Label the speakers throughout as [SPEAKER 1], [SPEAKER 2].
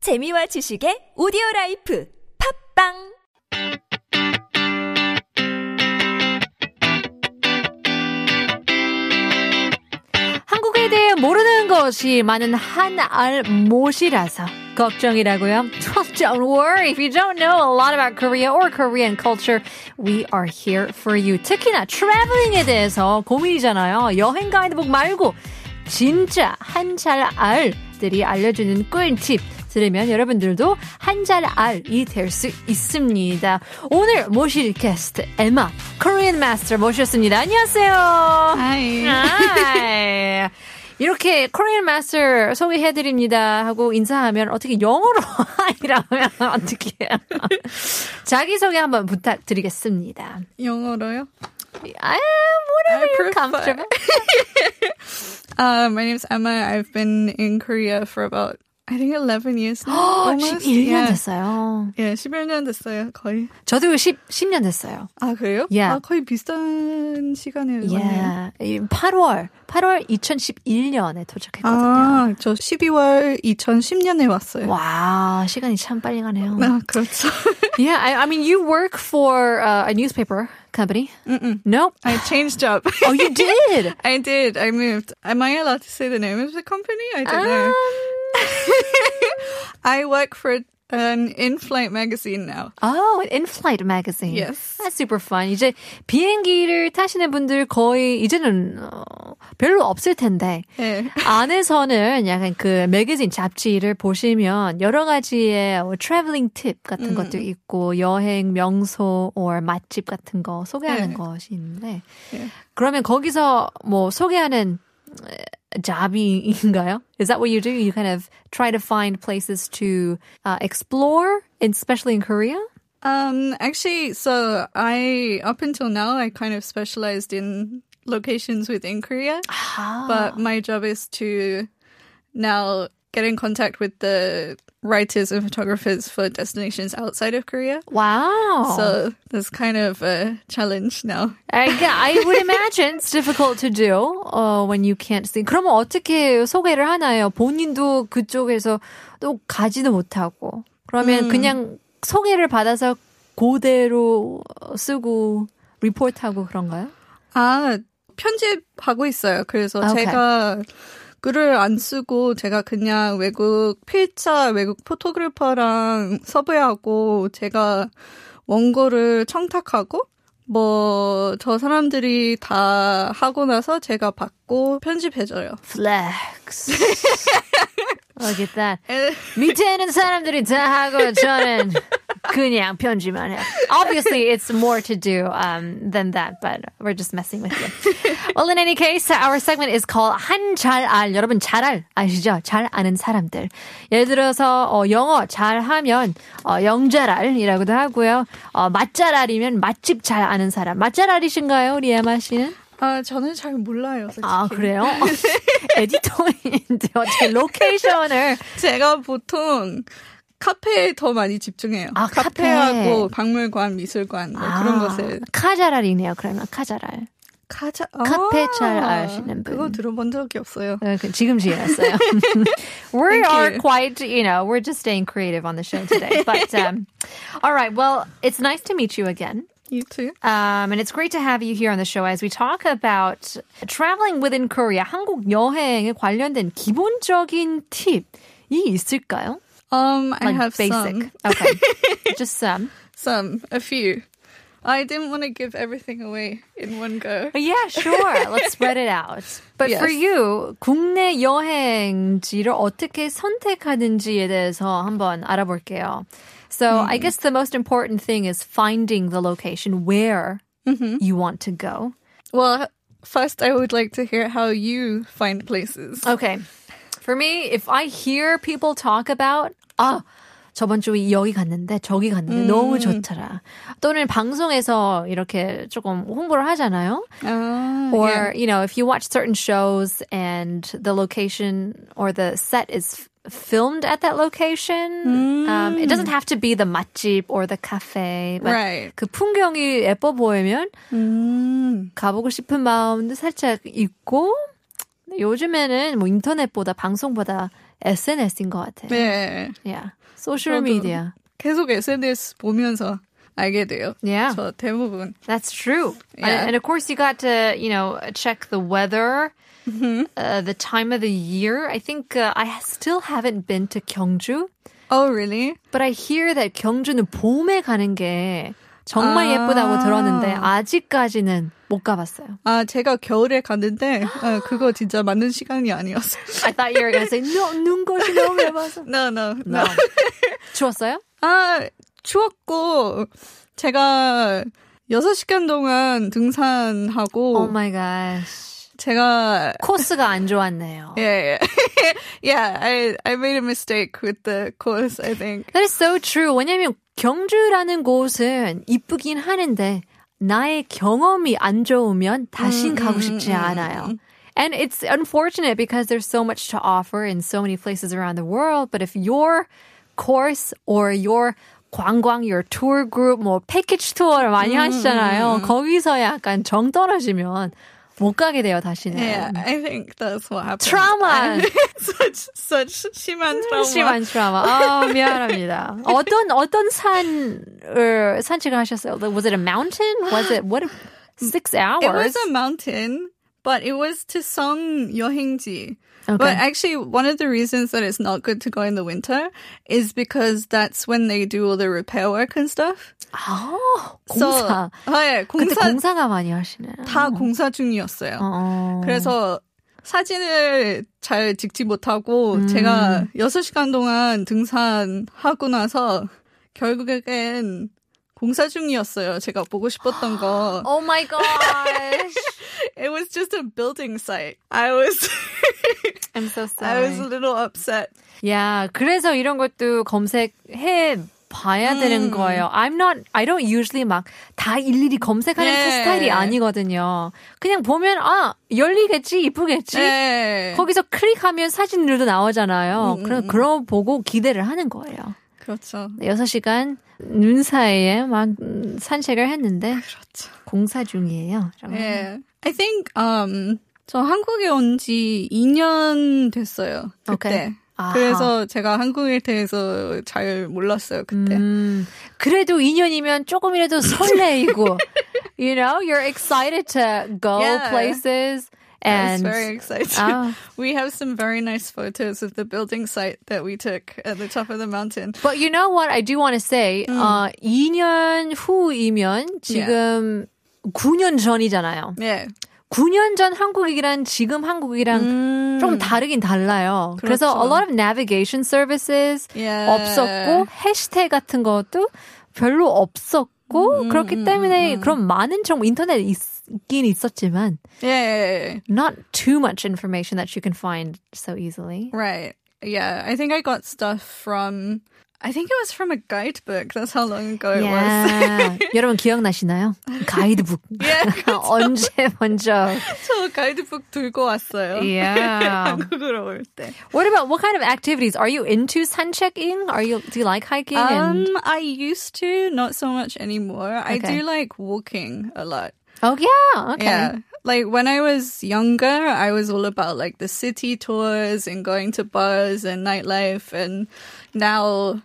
[SPEAKER 1] 재미와 지식의 오디오 라이프 팝빵
[SPEAKER 2] 한국에 대해 모르는 것이 많은 한알못이라서 걱정이라고요. Don't worry if you don't know a lot about Korea or Korean culture. We are here for you. 특히나 traveling에 대해서 고민이잖아요. 여행 가이드북 말고 진짜 한 잘 알들이 알려주는 꿀팁. 들으면 여러분들도 한 잘 알이 될 수 있습니다. 오늘 모실 게스트 에마 코리안 마스터 모셨습니다. 안녕하세요.
[SPEAKER 3] 하이.
[SPEAKER 2] 아, 이렇게 코리안 마스터 소개해드립니다 하고 인사하면 어떻게 영어로 이라면 어떻게 해요? 자기소개 한번 부탁드리겠습니다.
[SPEAKER 3] 영어로요?
[SPEAKER 2] I am whatever
[SPEAKER 3] I
[SPEAKER 2] you're
[SPEAKER 3] prefer.
[SPEAKER 2] comfortable.
[SPEAKER 3] Uh, my name's Emma. I've been in Korea for about I think 11 years now. almost.
[SPEAKER 2] 11년
[SPEAKER 3] yeah.
[SPEAKER 2] 됐어요.
[SPEAKER 3] 예, 11년 됐어요. 거의.
[SPEAKER 2] 저도 10, 10년 됐어요.
[SPEAKER 3] 아, 그래요?
[SPEAKER 2] Yeah.
[SPEAKER 3] 아, 거의 비슷한 시간에 왔네요.
[SPEAKER 2] Yeah. 예. 이 8월, 8월 2011년에 도착했거든요.
[SPEAKER 3] 아, 저 12월 2010년에 왔어요.
[SPEAKER 2] 와, 시간이 참 빨리 가네요.
[SPEAKER 3] 아, 그렇죠.
[SPEAKER 2] Yeah, I, I mean, you work for uh, a newspaper company.
[SPEAKER 3] Mm-mm.
[SPEAKER 2] No.
[SPEAKER 3] I changed job.
[SPEAKER 2] Oh, you did?
[SPEAKER 3] I did. I moved. Am I allowed to say the name of the company? I don't know. I work for an in-flight magazine now.
[SPEAKER 2] Oh, an in-flight magazine.
[SPEAKER 3] Yes.
[SPEAKER 2] That's super fun. 이제 비행기를 타시는 분들 거의 이제는 어, 별로 없을 텐데
[SPEAKER 3] 예.
[SPEAKER 2] 안에서는 약간 그 매거진 잡지를 보시면 여러 가지의 어, 트래블링 팁 같은
[SPEAKER 3] 음.
[SPEAKER 2] 것도 있고 여행 명소 or 맛집 같은 거 소개하는
[SPEAKER 3] 네.
[SPEAKER 2] 것이 있는데
[SPEAKER 3] 예.
[SPEAKER 2] 그러면 거기서 뭐 소개하는 에, 잡이인가요? Is that what you do? You kind of try to find places to uh, explore, especially in Korea?
[SPEAKER 3] Um, actually, so I up until now I kind of specialized in locations within Korea, but my job is to now get in contact with the writers and photographers for destinations outside of Korea.
[SPEAKER 2] Wow.
[SPEAKER 3] So that's kind of a challenge now.
[SPEAKER 2] I, I would imagine it's difficult to do uh, when you can't see. 그러면 어떻게 소개를 하나요? 본인도 그쪽에서 또 가지도 못하고. 그러면 그냥 소개를 받아서 그대로 쓰고 리포트하고 그런가요?
[SPEAKER 3] 아 편집하고 있어요. 그래서
[SPEAKER 2] Okay.
[SPEAKER 3] 제가 글을 안 쓰고 제가 그냥 외국 필자 외국 포토그래퍼랑 섭외하고 제가 원고를 청탁하고 뭐 저 사람들이 다 하고 나서 제가 받고 편집해줘요.
[SPEAKER 2] Flex. Look at that. 밑에는 사람들이 다 하고 저는 그냥 편지만 해요. Obviously, it's more to do um, than that, but we're just messing with you. Well, in any case, our segment is called 한 잘 알. 여러분 잘 알 아시죠? 잘 아는 사람들. 예를 들어서 어, 영어 잘하면 어, 영잘알이라고도 하고요. 어, 맛잘알이면 맛집 잘 아는 사람. 맛잘알이신가요, 리아마 씨는?
[SPEAKER 3] 아 저는 잘 몰라요. 솔직히.
[SPEAKER 2] 아 그래요? 에디터인데 어떻게 로케이션을
[SPEAKER 3] 제가 보통 카페에 더 많이 집중해요.
[SPEAKER 2] 아, 카페.
[SPEAKER 3] 카페하고 박물관, 미술관 뭐 그런
[SPEAKER 2] 아,
[SPEAKER 3] 곳에
[SPEAKER 2] 카자랄이네요. 그러면 카자랄.
[SPEAKER 3] 카자
[SPEAKER 2] 카페 잘
[SPEAKER 3] 아,
[SPEAKER 2] 아시는 분.
[SPEAKER 3] 그거 들어본 적이 없어요.
[SPEAKER 2] 어, 그- 지금 지났어요. we
[SPEAKER 3] Thank
[SPEAKER 2] are
[SPEAKER 3] you.
[SPEAKER 2] quite, you know, we're just staying creative on the show today. But um, all right, well, it's nice to meet you again.
[SPEAKER 3] You too.
[SPEAKER 2] Um, and it's great to have you here on the show as we talk about traveling within Korea. 한국 여행에 관련된 기본적인 팁이 있을까요?
[SPEAKER 3] Um, I
[SPEAKER 2] Like
[SPEAKER 3] have
[SPEAKER 2] basic.
[SPEAKER 3] some,
[SPEAKER 2] Okay. Just some.
[SPEAKER 3] some, a few. I didn't want to give everything away in one go.
[SPEAKER 2] Yeah, sure. Let's spread it out. But
[SPEAKER 3] Yes.
[SPEAKER 2] for you, 국내 여행지를 어떻게 선택하는지에 대해서 한번 알아볼게요. So I guess the most important thing is finding the location where you want to go.
[SPEAKER 3] Well, first I would like to hear how you find places.
[SPEAKER 2] Okay. For me, if I hear people talk about, 아, 저번 주에 여기 갔는데, 저기 갔는데, 너무 좋더라. 또는 방송에서 이렇게 조금 홍보를 하잖아요.
[SPEAKER 3] Ah,
[SPEAKER 2] or
[SPEAKER 3] yeah.
[SPEAKER 2] you know if you watch certain shows and the location or the set is f- filmed at that location um, it doesn't have to be the 맛집 or the cafe but
[SPEAKER 3] Mm. Right.
[SPEAKER 2] 그 풍경이 예뻐 보이면
[SPEAKER 3] Mm.
[SPEAKER 2] 가보고 싶은 마음도 살짝 있고 요즘에는 뭐 인터넷보다 방송보다 SNS인 것 같아.
[SPEAKER 3] 네.
[SPEAKER 2] Yeah. Social media.
[SPEAKER 3] 계속 SNS 보면서 알게 돼요.
[SPEAKER 2] Yeah.
[SPEAKER 3] 저 대부분.
[SPEAKER 2] That's true. And-
[SPEAKER 3] Yeah.
[SPEAKER 2] And, of course, you got to, you know, check the weather, uh, the time of the year. I think uh, I still haven't been to Gyeongju,
[SPEAKER 3] Oh, really?
[SPEAKER 2] but I hear that 경주는 봄에 가는 게 정말 예쁘다고 들었는데 아직까지는 못 가봤어요.
[SPEAKER 3] 아, 제가 겨울에 갔는데 아, 그거 진짜 맞는 시간이 아니었어요.
[SPEAKER 2] I thought you were going to say, no, 눈꽃이 너무 예뻐서. 어.
[SPEAKER 3] no, no, no.
[SPEAKER 2] No. 추웠어요?
[SPEAKER 3] 아, 추웠고 제가 6시간 동안 등산하고
[SPEAKER 2] Oh my gosh.
[SPEAKER 3] 제가
[SPEAKER 2] 코스가 안 좋았네요.
[SPEAKER 3] yeah, yeah. yeah, I I made a mistake with the course, I think.
[SPEAKER 2] That is so true. 왜냐면 경주라는 곳은 이쁘긴 하는데 나의 경험이 안 좋으면 다신 가고 싶지 않아요. And it's unfortunate because there's so much to offer in so many places around the world. But if your course or your 관광, your tour group, 뭐 패키지 투어를 많이 하시잖아요. 거기서 약간 정 떨어지면 못 가게 돼요, 다시는.
[SPEAKER 3] Yeah, I think that's what happened.
[SPEAKER 2] Trauma.
[SPEAKER 3] such such 심한 trauma.
[SPEAKER 2] 심한 트라우마. 아, 미안합니다. 어떤 어떤 산을 산책을 하셨어요? Was it a mountain? Was it what? Six
[SPEAKER 3] It was
[SPEAKER 2] hours.
[SPEAKER 3] a mountain, but it was to some 여행지.
[SPEAKER 2] Okay.
[SPEAKER 3] But actually, one of the reasons that it's not good to go in the winter is because that's when they do all the repair work and stuff.
[SPEAKER 2] 아,
[SPEAKER 3] So-
[SPEAKER 2] 공사.
[SPEAKER 3] 아, 예,
[SPEAKER 2] 그때
[SPEAKER 3] 공사
[SPEAKER 2] 공사가 많이 하시네.
[SPEAKER 3] 다 공사 중이었어요.
[SPEAKER 2] 어.
[SPEAKER 3] 그래서 사진을 잘 찍지 못하고 제가 6시간 동안 등산하고 나서 결국엔 공사 중이었어요. 제가 보고 싶었던 거.
[SPEAKER 2] Oh my gosh.
[SPEAKER 3] It was just a building site. I was
[SPEAKER 2] I'm so
[SPEAKER 3] I was a
[SPEAKER 2] sorry.
[SPEAKER 3] little upset.
[SPEAKER 2] 야, 그래서 이런 것도 검색해 봐야
[SPEAKER 3] 음.
[SPEAKER 2] 되는 거예요. I'm not, I don't usually 막 다 일일이 검색하는
[SPEAKER 3] 네.
[SPEAKER 2] 스타일이 아니거든요. 그냥 보면 아 열리겠지, 이쁘겠지.
[SPEAKER 3] 네. 음,
[SPEAKER 2] 거기서 클릭하면 사진들도 나오잖아요. 그럼 그런 보고 기대를 하는 거예요. 네,
[SPEAKER 3] 그렇죠.
[SPEAKER 2] 6시간 눈 사이에 막 음, 산책을 했는데
[SPEAKER 3] 그렇죠.
[SPEAKER 2] 공사 중이에요. 여러분.
[SPEAKER 3] 네. I think um 저 한국에 온 지 2년 됐어요. 그때.
[SPEAKER 2] Okay. 아하.
[SPEAKER 3] 그래서 제가 한국에 대해서 잘 몰랐어요, 그때.
[SPEAKER 2] 음, 그래도 2년이면 조금이라도 설레이고 you know, you're excited to go
[SPEAKER 3] Yeah.
[SPEAKER 2] places
[SPEAKER 3] I
[SPEAKER 2] and
[SPEAKER 3] was very excited.
[SPEAKER 2] 아.
[SPEAKER 3] We have some very nice photos of the building site that we took at the top of the mountain.
[SPEAKER 2] But you know what I do want to say?
[SPEAKER 3] 음.
[SPEAKER 2] 어, 2년 후이면 지금 9년 전이잖아요.
[SPEAKER 3] 네.
[SPEAKER 2] 9년 전 한국이랑 지금 한국이랑
[SPEAKER 3] 음.
[SPEAKER 2] 좀 다르긴 달라요. 그래서
[SPEAKER 3] 그렇죠.
[SPEAKER 2] a lot of navigation services
[SPEAKER 3] 예.
[SPEAKER 2] 없었고 해시태그 같은 것도 별로
[SPEAKER 3] 음,
[SPEAKER 2] 없었고 그렇기 때문에 그런 많은 정보 인터넷 있긴 있었지만
[SPEAKER 3] Yeah.
[SPEAKER 2] not too much information that you can find so easily.
[SPEAKER 3] Right. Yeah. I think I got stuff from I think it was from a guidebook. That's how long ago it was.
[SPEAKER 2] Yeah. 여러분 기억나시나요? 가이드북. 언제 먼저.
[SPEAKER 3] 저 가이드북 들고 왔어요.
[SPEAKER 2] Yeah.
[SPEAKER 3] 한국으로 올 때.
[SPEAKER 2] What about what kind of activities are you into? Sunchecking? Are you do you like hiking? and,
[SPEAKER 3] Um, I used to, not so much anymore. I
[SPEAKER 2] Okay.
[SPEAKER 3] do like walking a lot.
[SPEAKER 2] oh yeah. Okay.
[SPEAKER 3] Yeah. Like when I was younger, I was all about like the city tours and going to bars and nightlife. And now,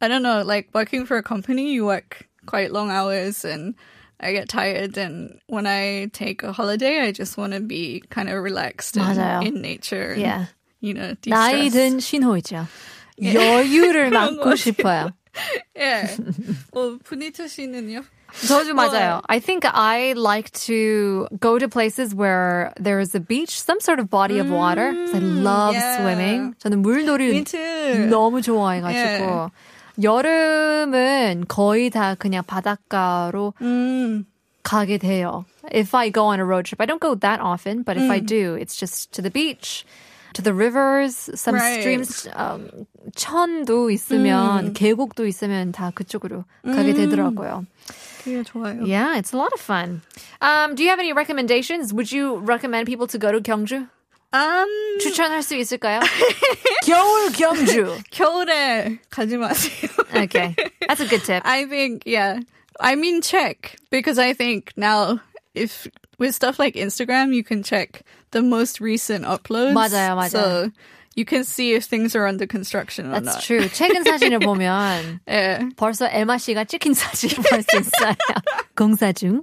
[SPEAKER 3] I don't know, like working for a company, you work quite long hours and I get tired. And when I take a holiday, I just want to be kind of relaxed
[SPEAKER 2] 맞아요.
[SPEAKER 3] and in nature. And,
[SPEAKER 2] Yeah.
[SPEAKER 3] You know,
[SPEAKER 2] 나이
[SPEAKER 3] de-stress.
[SPEAKER 2] 든 신호이죠. 예. 여유를
[SPEAKER 3] 그런
[SPEAKER 2] 맡고
[SPEAKER 3] 거지.
[SPEAKER 2] 싶어요.
[SPEAKER 3] Yeah. well, Punita 씨는요?
[SPEAKER 2] 저도 맞아요. I think I like to go to places where there is a beach, some sort of body of water. 'cause I love
[SPEAKER 3] yeah.
[SPEAKER 2] swimming. 저는 물놀이
[SPEAKER 3] Me too.
[SPEAKER 2] 너무 좋아해가지고
[SPEAKER 3] Yeah.
[SPEAKER 2] 예. 여름은 거의 다 그냥 바닷가로 음.
[SPEAKER 3] Mm.
[SPEAKER 2] 가게 돼요. If I go on a road trip, I don't go that often, but if I do, it's just to the beach, to the rivers, some
[SPEAKER 3] Right.
[SPEAKER 2] streams. Um, 천도 있으면 계곡도 있으면 다 그쪽으로 가게 되더라고요.
[SPEAKER 3] 그게 좋아요.
[SPEAKER 2] Yeah, it's a lot of fun. Um, do you have any recommendations? Would you recommend people to go to 경주?
[SPEAKER 3] Um,
[SPEAKER 2] 추천할 수 있을까요? 겨울 경주.
[SPEAKER 3] 겨울에 가지 마세요.
[SPEAKER 2] Okay, that's a good tip.
[SPEAKER 3] I think, yeah. I mean, check because I think now if with stuff like Instagram, you can check the most recent uploads.
[SPEAKER 2] 맞아요, 맞아요.
[SPEAKER 3] So you can see if things are under construction or
[SPEAKER 2] That's
[SPEAKER 3] not.
[SPEAKER 2] true. 최근 사진을 보면
[SPEAKER 3] Yeah.
[SPEAKER 2] 벌써 엘마 씨가 찍힌 사진이 벌써 있어요. 공사 중.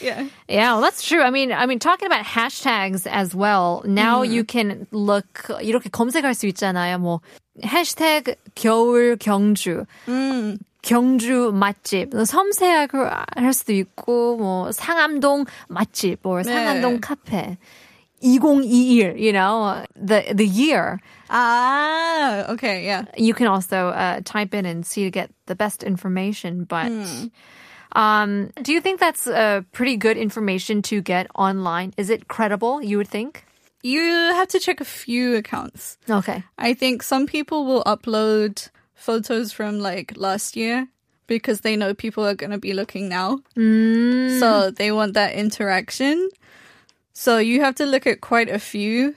[SPEAKER 3] Yeah.
[SPEAKER 2] Yeah, well, that's true. I mean, I mean, talking about hashtags as well. Now
[SPEAKER 3] Mm.
[SPEAKER 2] you can look 이렇게 검색할 수 있잖아요. 뭐 해시태그 겨울 경주,
[SPEAKER 3] 음.
[SPEAKER 2] 경주 맛집, 뭐, 섬세하게 할 수도 있고, 뭐 상암동 맛집 or
[SPEAKER 3] 네.
[SPEAKER 2] 상암동 카페. 2021, you know, the the year.
[SPEAKER 3] Ah, okay, yeah.
[SPEAKER 2] You can also uh, type in and see to get the best information, but.
[SPEAKER 3] Hmm.
[SPEAKER 2] Um, do you think that's uh, pretty good information to get online? Is it credible, you would think?
[SPEAKER 3] You have to check a few accounts.
[SPEAKER 2] Okay.
[SPEAKER 3] I think some people will upload photos from like last year because they know people are going to be looking now.
[SPEAKER 2] Mm.
[SPEAKER 3] So they want that interaction. So you have to look at quite a few.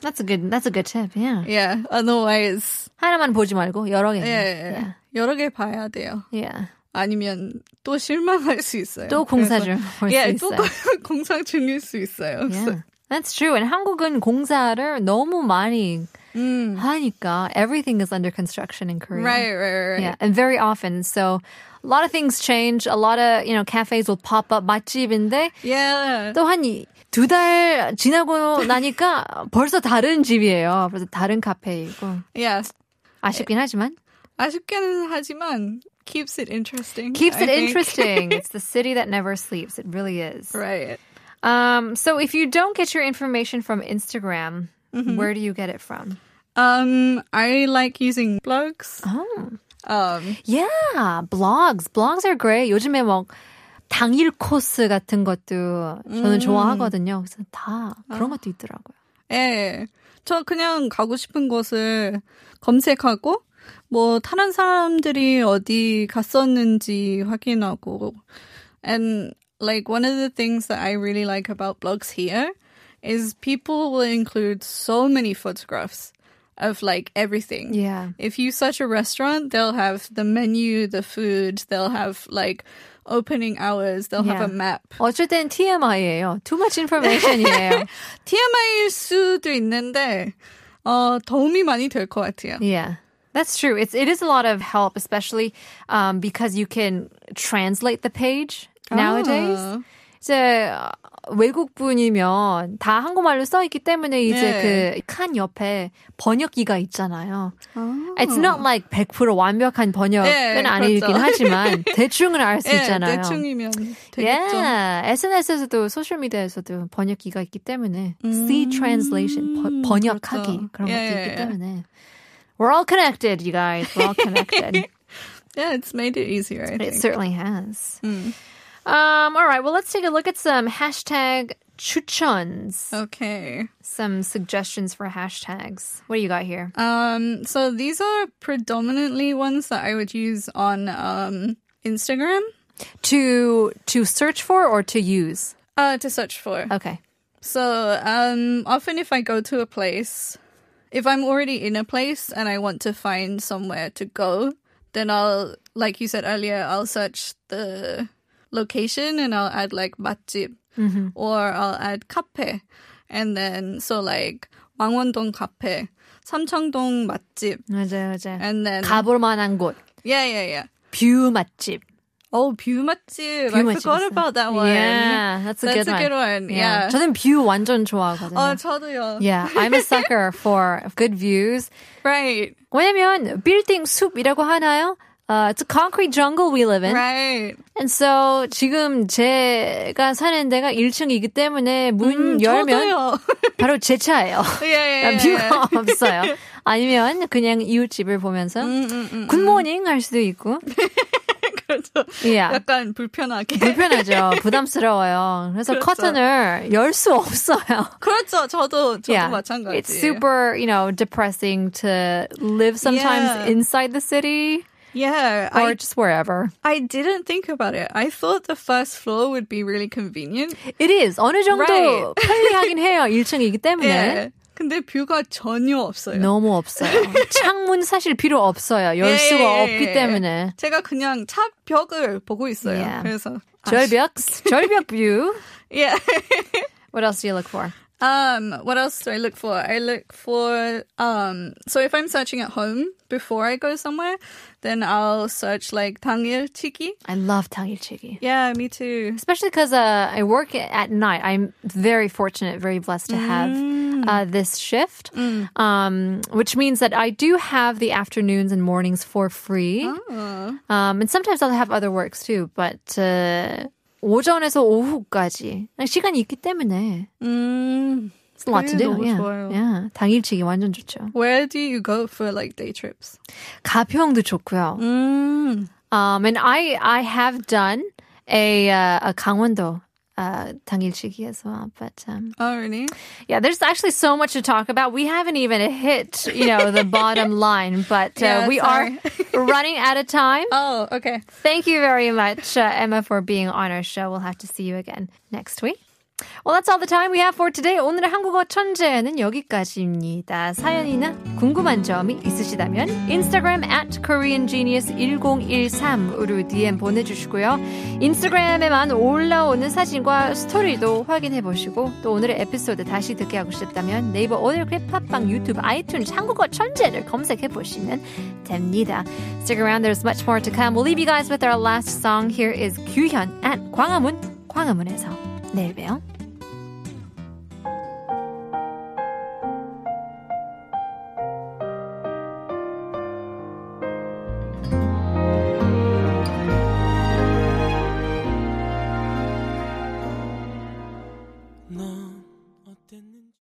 [SPEAKER 2] That's a good that's a good tip. Yeah.
[SPEAKER 3] Yeah. Otherwise,
[SPEAKER 2] 하나만 보지 말고 여러 개.
[SPEAKER 3] yeah. 여러 개 봐야 돼요.
[SPEAKER 2] Yeah.
[SPEAKER 3] 아니면 또 실망할 수 있어요.
[SPEAKER 2] 또 공사 중.
[SPEAKER 3] 그래서-
[SPEAKER 2] 볼수
[SPEAKER 3] 예, 또
[SPEAKER 2] 있어요.
[SPEAKER 3] 공사 중일 수 있어요.
[SPEAKER 2] Yeah. That's true. And 한국은 공사를 너무 많이 하니까 everything is under construction in Korea.
[SPEAKER 3] Right, right, right.
[SPEAKER 2] Yeah, and very often. So a lot of things change. A lot of, you know, cafes will pop up 맛집인데
[SPEAKER 3] Yeah.
[SPEAKER 2] 또 한 두 달 지나고 나니까 벌써 다른 집이에요. 벌써 다른 카페이고
[SPEAKER 3] Yeah.
[SPEAKER 2] 아쉽긴 하지만
[SPEAKER 3] 아쉽게는 하지만 keeps it interesting.
[SPEAKER 2] keeps
[SPEAKER 3] I
[SPEAKER 2] it
[SPEAKER 3] think.
[SPEAKER 2] interesting. it's the city that never sleeps. It really is.
[SPEAKER 3] Right.
[SPEAKER 2] Um, so if you don't get your information from Instagram,
[SPEAKER 3] Mm-hmm.
[SPEAKER 2] where do you get it from?
[SPEAKER 3] Um, I like using blogs.
[SPEAKER 2] Oh,
[SPEAKER 3] Um,
[SPEAKER 2] yeah, blogs. Blogs are great. 요즘에 막 당일 코스 같은 것도 저는 좋아하거든요. 그래서 다 그런 것도 있더라고요.
[SPEAKER 3] 예. 저 그냥 가고 싶은 곳을 검색하고, 뭐, 다른 사람들이 어디 갔었는지 확인하고. And, like, one of the things that I really like about blogs here is people will include so many photographs of, like, everything.
[SPEAKER 2] Yeah.
[SPEAKER 3] If you search a restaurant, they'll have the menu, the food, they'll have, like, opening hours, they'll have a
[SPEAKER 2] Yeah.
[SPEAKER 3] map.
[SPEAKER 2] 어쨌든 TMI예요. Too much information이에요.
[SPEAKER 3] TMI일 수도 있는데 어, 도움이 많이 될 것 같아요.
[SPEAKER 2] Yeah. That's true. It's it is a lot of help, especially um, because you can translate the page nowadays.
[SPEAKER 3] 아.
[SPEAKER 2] 이제 어, 외국 분이면 다 한국말로 써 있기 때문에 이제
[SPEAKER 3] 네.
[SPEAKER 2] 그 칸 옆에 번역기가 있잖아요. It's not like 100% 완벽한 번역은
[SPEAKER 3] 네,
[SPEAKER 2] 아니긴
[SPEAKER 3] 그렇죠.
[SPEAKER 2] 하지만 대충은 알 수
[SPEAKER 3] 예,
[SPEAKER 2] 있잖아요.
[SPEAKER 3] 대충이면 되겠죠.
[SPEAKER 2] Yeah, SNS에서도 소셜 미디어에서도 번역기가 있기 때문에 see translation 번, 번역하기
[SPEAKER 3] 그렇죠.
[SPEAKER 2] 그런 것도
[SPEAKER 3] 예, 예,
[SPEAKER 2] 있기
[SPEAKER 3] 예.
[SPEAKER 2] 때문에 we're all connected, you guys. We're all connected.
[SPEAKER 3] Yeah, it's made it easier. I
[SPEAKER 2] it
[SPEAKER 3] think.
[SPEAKER 2] certainly has.
[SPEAKER 3] Mm.
[SPEAKER 2] Um, all right, well, let's take a look at some hashtag 추천s,
[SPEAKER 3] Okay.
[SPEAKER 2] some suggestions for hashtags. What do you got here?
[SPEAKER 3] Um, so these are predominantly ones that I would use on um, Instagram
[SPEAKER 2] To to search for or to use?
[SPEAKER 3] uh, to search for.
[SPEAKER 2] Okay.
[SPEAKER 3] So um, often, if I go to a place, if I'm already in a place and I want to find somewhere to go, then I'll, like you said earlier, I'll search the location and I'll add like 맛집
[SPEAKER 2] Mm-hmm.
[SPEAKER 3] or I'll add 카페. And then, so like 왕원동 카페, 삼청동 맛집.
[SPEAKER 2] 맞아요, 맞아요.
[SPEAKER 3] And then,
[SPEAKER 2] 가볼 만한 곳,
[SPEAKER 3] yeah, yeah, yeah.
[SPEAKER 2] 뷰 맛집.
[SPEAKER 3] Oh, 뷰 맛집.
[SPEAKER 2] 뷰
[SPEAKER 3] I
[SPEAKER 2] 맛집
[SPEAKER 3] forgot
[SPEAKER 2] 있어요.
[SPEAKER 3] about that one.
[SPEAKER 2] Yeah, that's a
[SPEAKER 3] That's
[SPEAKER 2] good
[SPEAKER 3] a
[SPEAKER 2] one.
[SPEAKER 3] good one. Yeah.
[SPEAKER 2] 저는 뷰 완전 좋아하거든요.
[SPEAKER 3] Oh, 저도요.
[SPEAKER 2] yeah, I'm a sucker for good views.
[SPEAKER 3] Right.
[SPEAKER 2] 왜냐면 빌딩 숲이라고 하나요? Uh, it's a concrete jungle we live in.
[SPEAKER 3] Right.
[SPEAKER 2] And so 지금 제가 사는 데가 1층이기 때문에 문 열면
[SPEAKER 3] 음, 저도요.
[SPEAKER 2] 바로 제 차예요.
[SPEAKER 3] 예, 예,
[SPEAKER 2] 뷰가 없어요. 아니면 그냥 이웃집을 보면서
[SPEAKER 3] 음,
[SPEAKER 2] 굿모닝 할 수도 있고.
[SPEAKER 3] 그래서
[SPEAKER 2] Yeah.
[SPEAKER 3] 약간 불편하게. 네.
[SPEAKER 2] 불편하죠. 부담스러워요. 그래서 커튼을 열 수 없어요.
[SPEAKER 3] 그렇죠. 저도 저도 마찬가지.
[SPEAKER 2] It's super, you know, depressing to live sometimes
[SPEAKER 3] Yeah.
[SPEAKER 2] inside the city
[SPEAKER 3] Yeah,
[SPEAKER 2] or
[SPEAKER 3] I
[SPEAKER 2] just wherever.
[SPEAKER 3] I didn't think about it. I thought the first floor would be really convenient.
[SPEAKER 2] It is. 어느 정도
[SPEAKER 3] Right.
[SPEAKER 2] 편리하긴 해요. 1층이기 때문에.
[SPEAKER 3] 예. 근데 뷰가 전혀 없어요.
[SPEAKER 2] 너무 없어요. 창문 사실 필요 없어요. 열
[SPEAKER 3] 예,
[SPEAKER 2] 수가
[SPEAKER 3] 예, 예,
[SPEAKER 2] 없기
[SPEAKER 3] 예.
[SPEAKER 2] 때문에.
[SPEAKER 3] 제가 그냥 차 벽을 보고 있어요.
[SPEAKER 2] Yeah.
[SPEAKER 3] 그래서 아,
[SPEAKER 2] 절벽, 절벽 뷰.
[SPEAKER 3] Yeah.
[SPEAKER 2] What else do you look for?
[SPEAKER 3] Um, what else do I look for? I look for um. So if I'm searching at home before I go somewhere, then I'll search like 당일 치기.
[SPEAKER 2] I love 당일치기.
[SPEAKER 3] Yeah, me too.
[SPEAKER 2] especially because uh, I work at night. I'm very fortunate, very blessed to have
[SPEAKER 3] Mm.
[SPEAKER 2] uh, this shift, um, which means that I do have the afternoons and mornings for free.
[SPEAKER 3] Oh.
[SPEAKER 2] Um, and sometimes I'll have other works too, but uh, 오전에서 오후까지 시간이 있기 때문에
[SPEAKER 3] Mm.
[SPEAKER 2] it's a lot to
[SPEAKER 3] 그게
[SPEAKER 2] do.
[SPEAKER 3] 너무
[SPEAKER 2] Yeah,
[SPEAKER 3] 좋아요.
[SPEAKER 2] yeah. 당일치기 완전 좋죠.
[SPEAKER 3] Where do you go for like day trips?
[SPEAKER 2] 가평도 좋고요.
[SPEAKER 3] Mm.
[SPEAKER 2] Um, and I I have done a uh, a 강원도 uh, 당일치기 as well, but um,
[SPEAKER 3] Oh, really?
[SPEAKER 2] Yeah, there's actually so much to talk about. We haven't even hit, you know, the bottom line, but uh,
[SPEAKER 3] Yeah,
[SPEAKER 2] we
[SPEAKER 3] sorry.
[SPEAKER 2] are running out of time.
[SPEAKER 3] Oh, okay.
[SPEAKER 2] Thank you very much, uh, Emma, for being on our show. We'll have to see you again next week. Well, that's all the time we have for today. 오늘의 한국어 천재는 여기까지입니다. 사연이나 궁금한 점이 있으시다면 인스타그램 at koreangenius1013으로 DM 보내주시고요. 인스타그램에만 올라오는 사진과 스토리도 확인해보시고 또 오늘의 에피소드 다시 듣게 하고 싶다면 네이버 오늘 클립 팟빵 유튜브 아이튠즈 한국어 천재를 검색해보시면 됩니다. Stick around, there's much more to come. We'll leave you guys with our last song. Here is 규현 at 광화문 광화문에서 내일 봬요.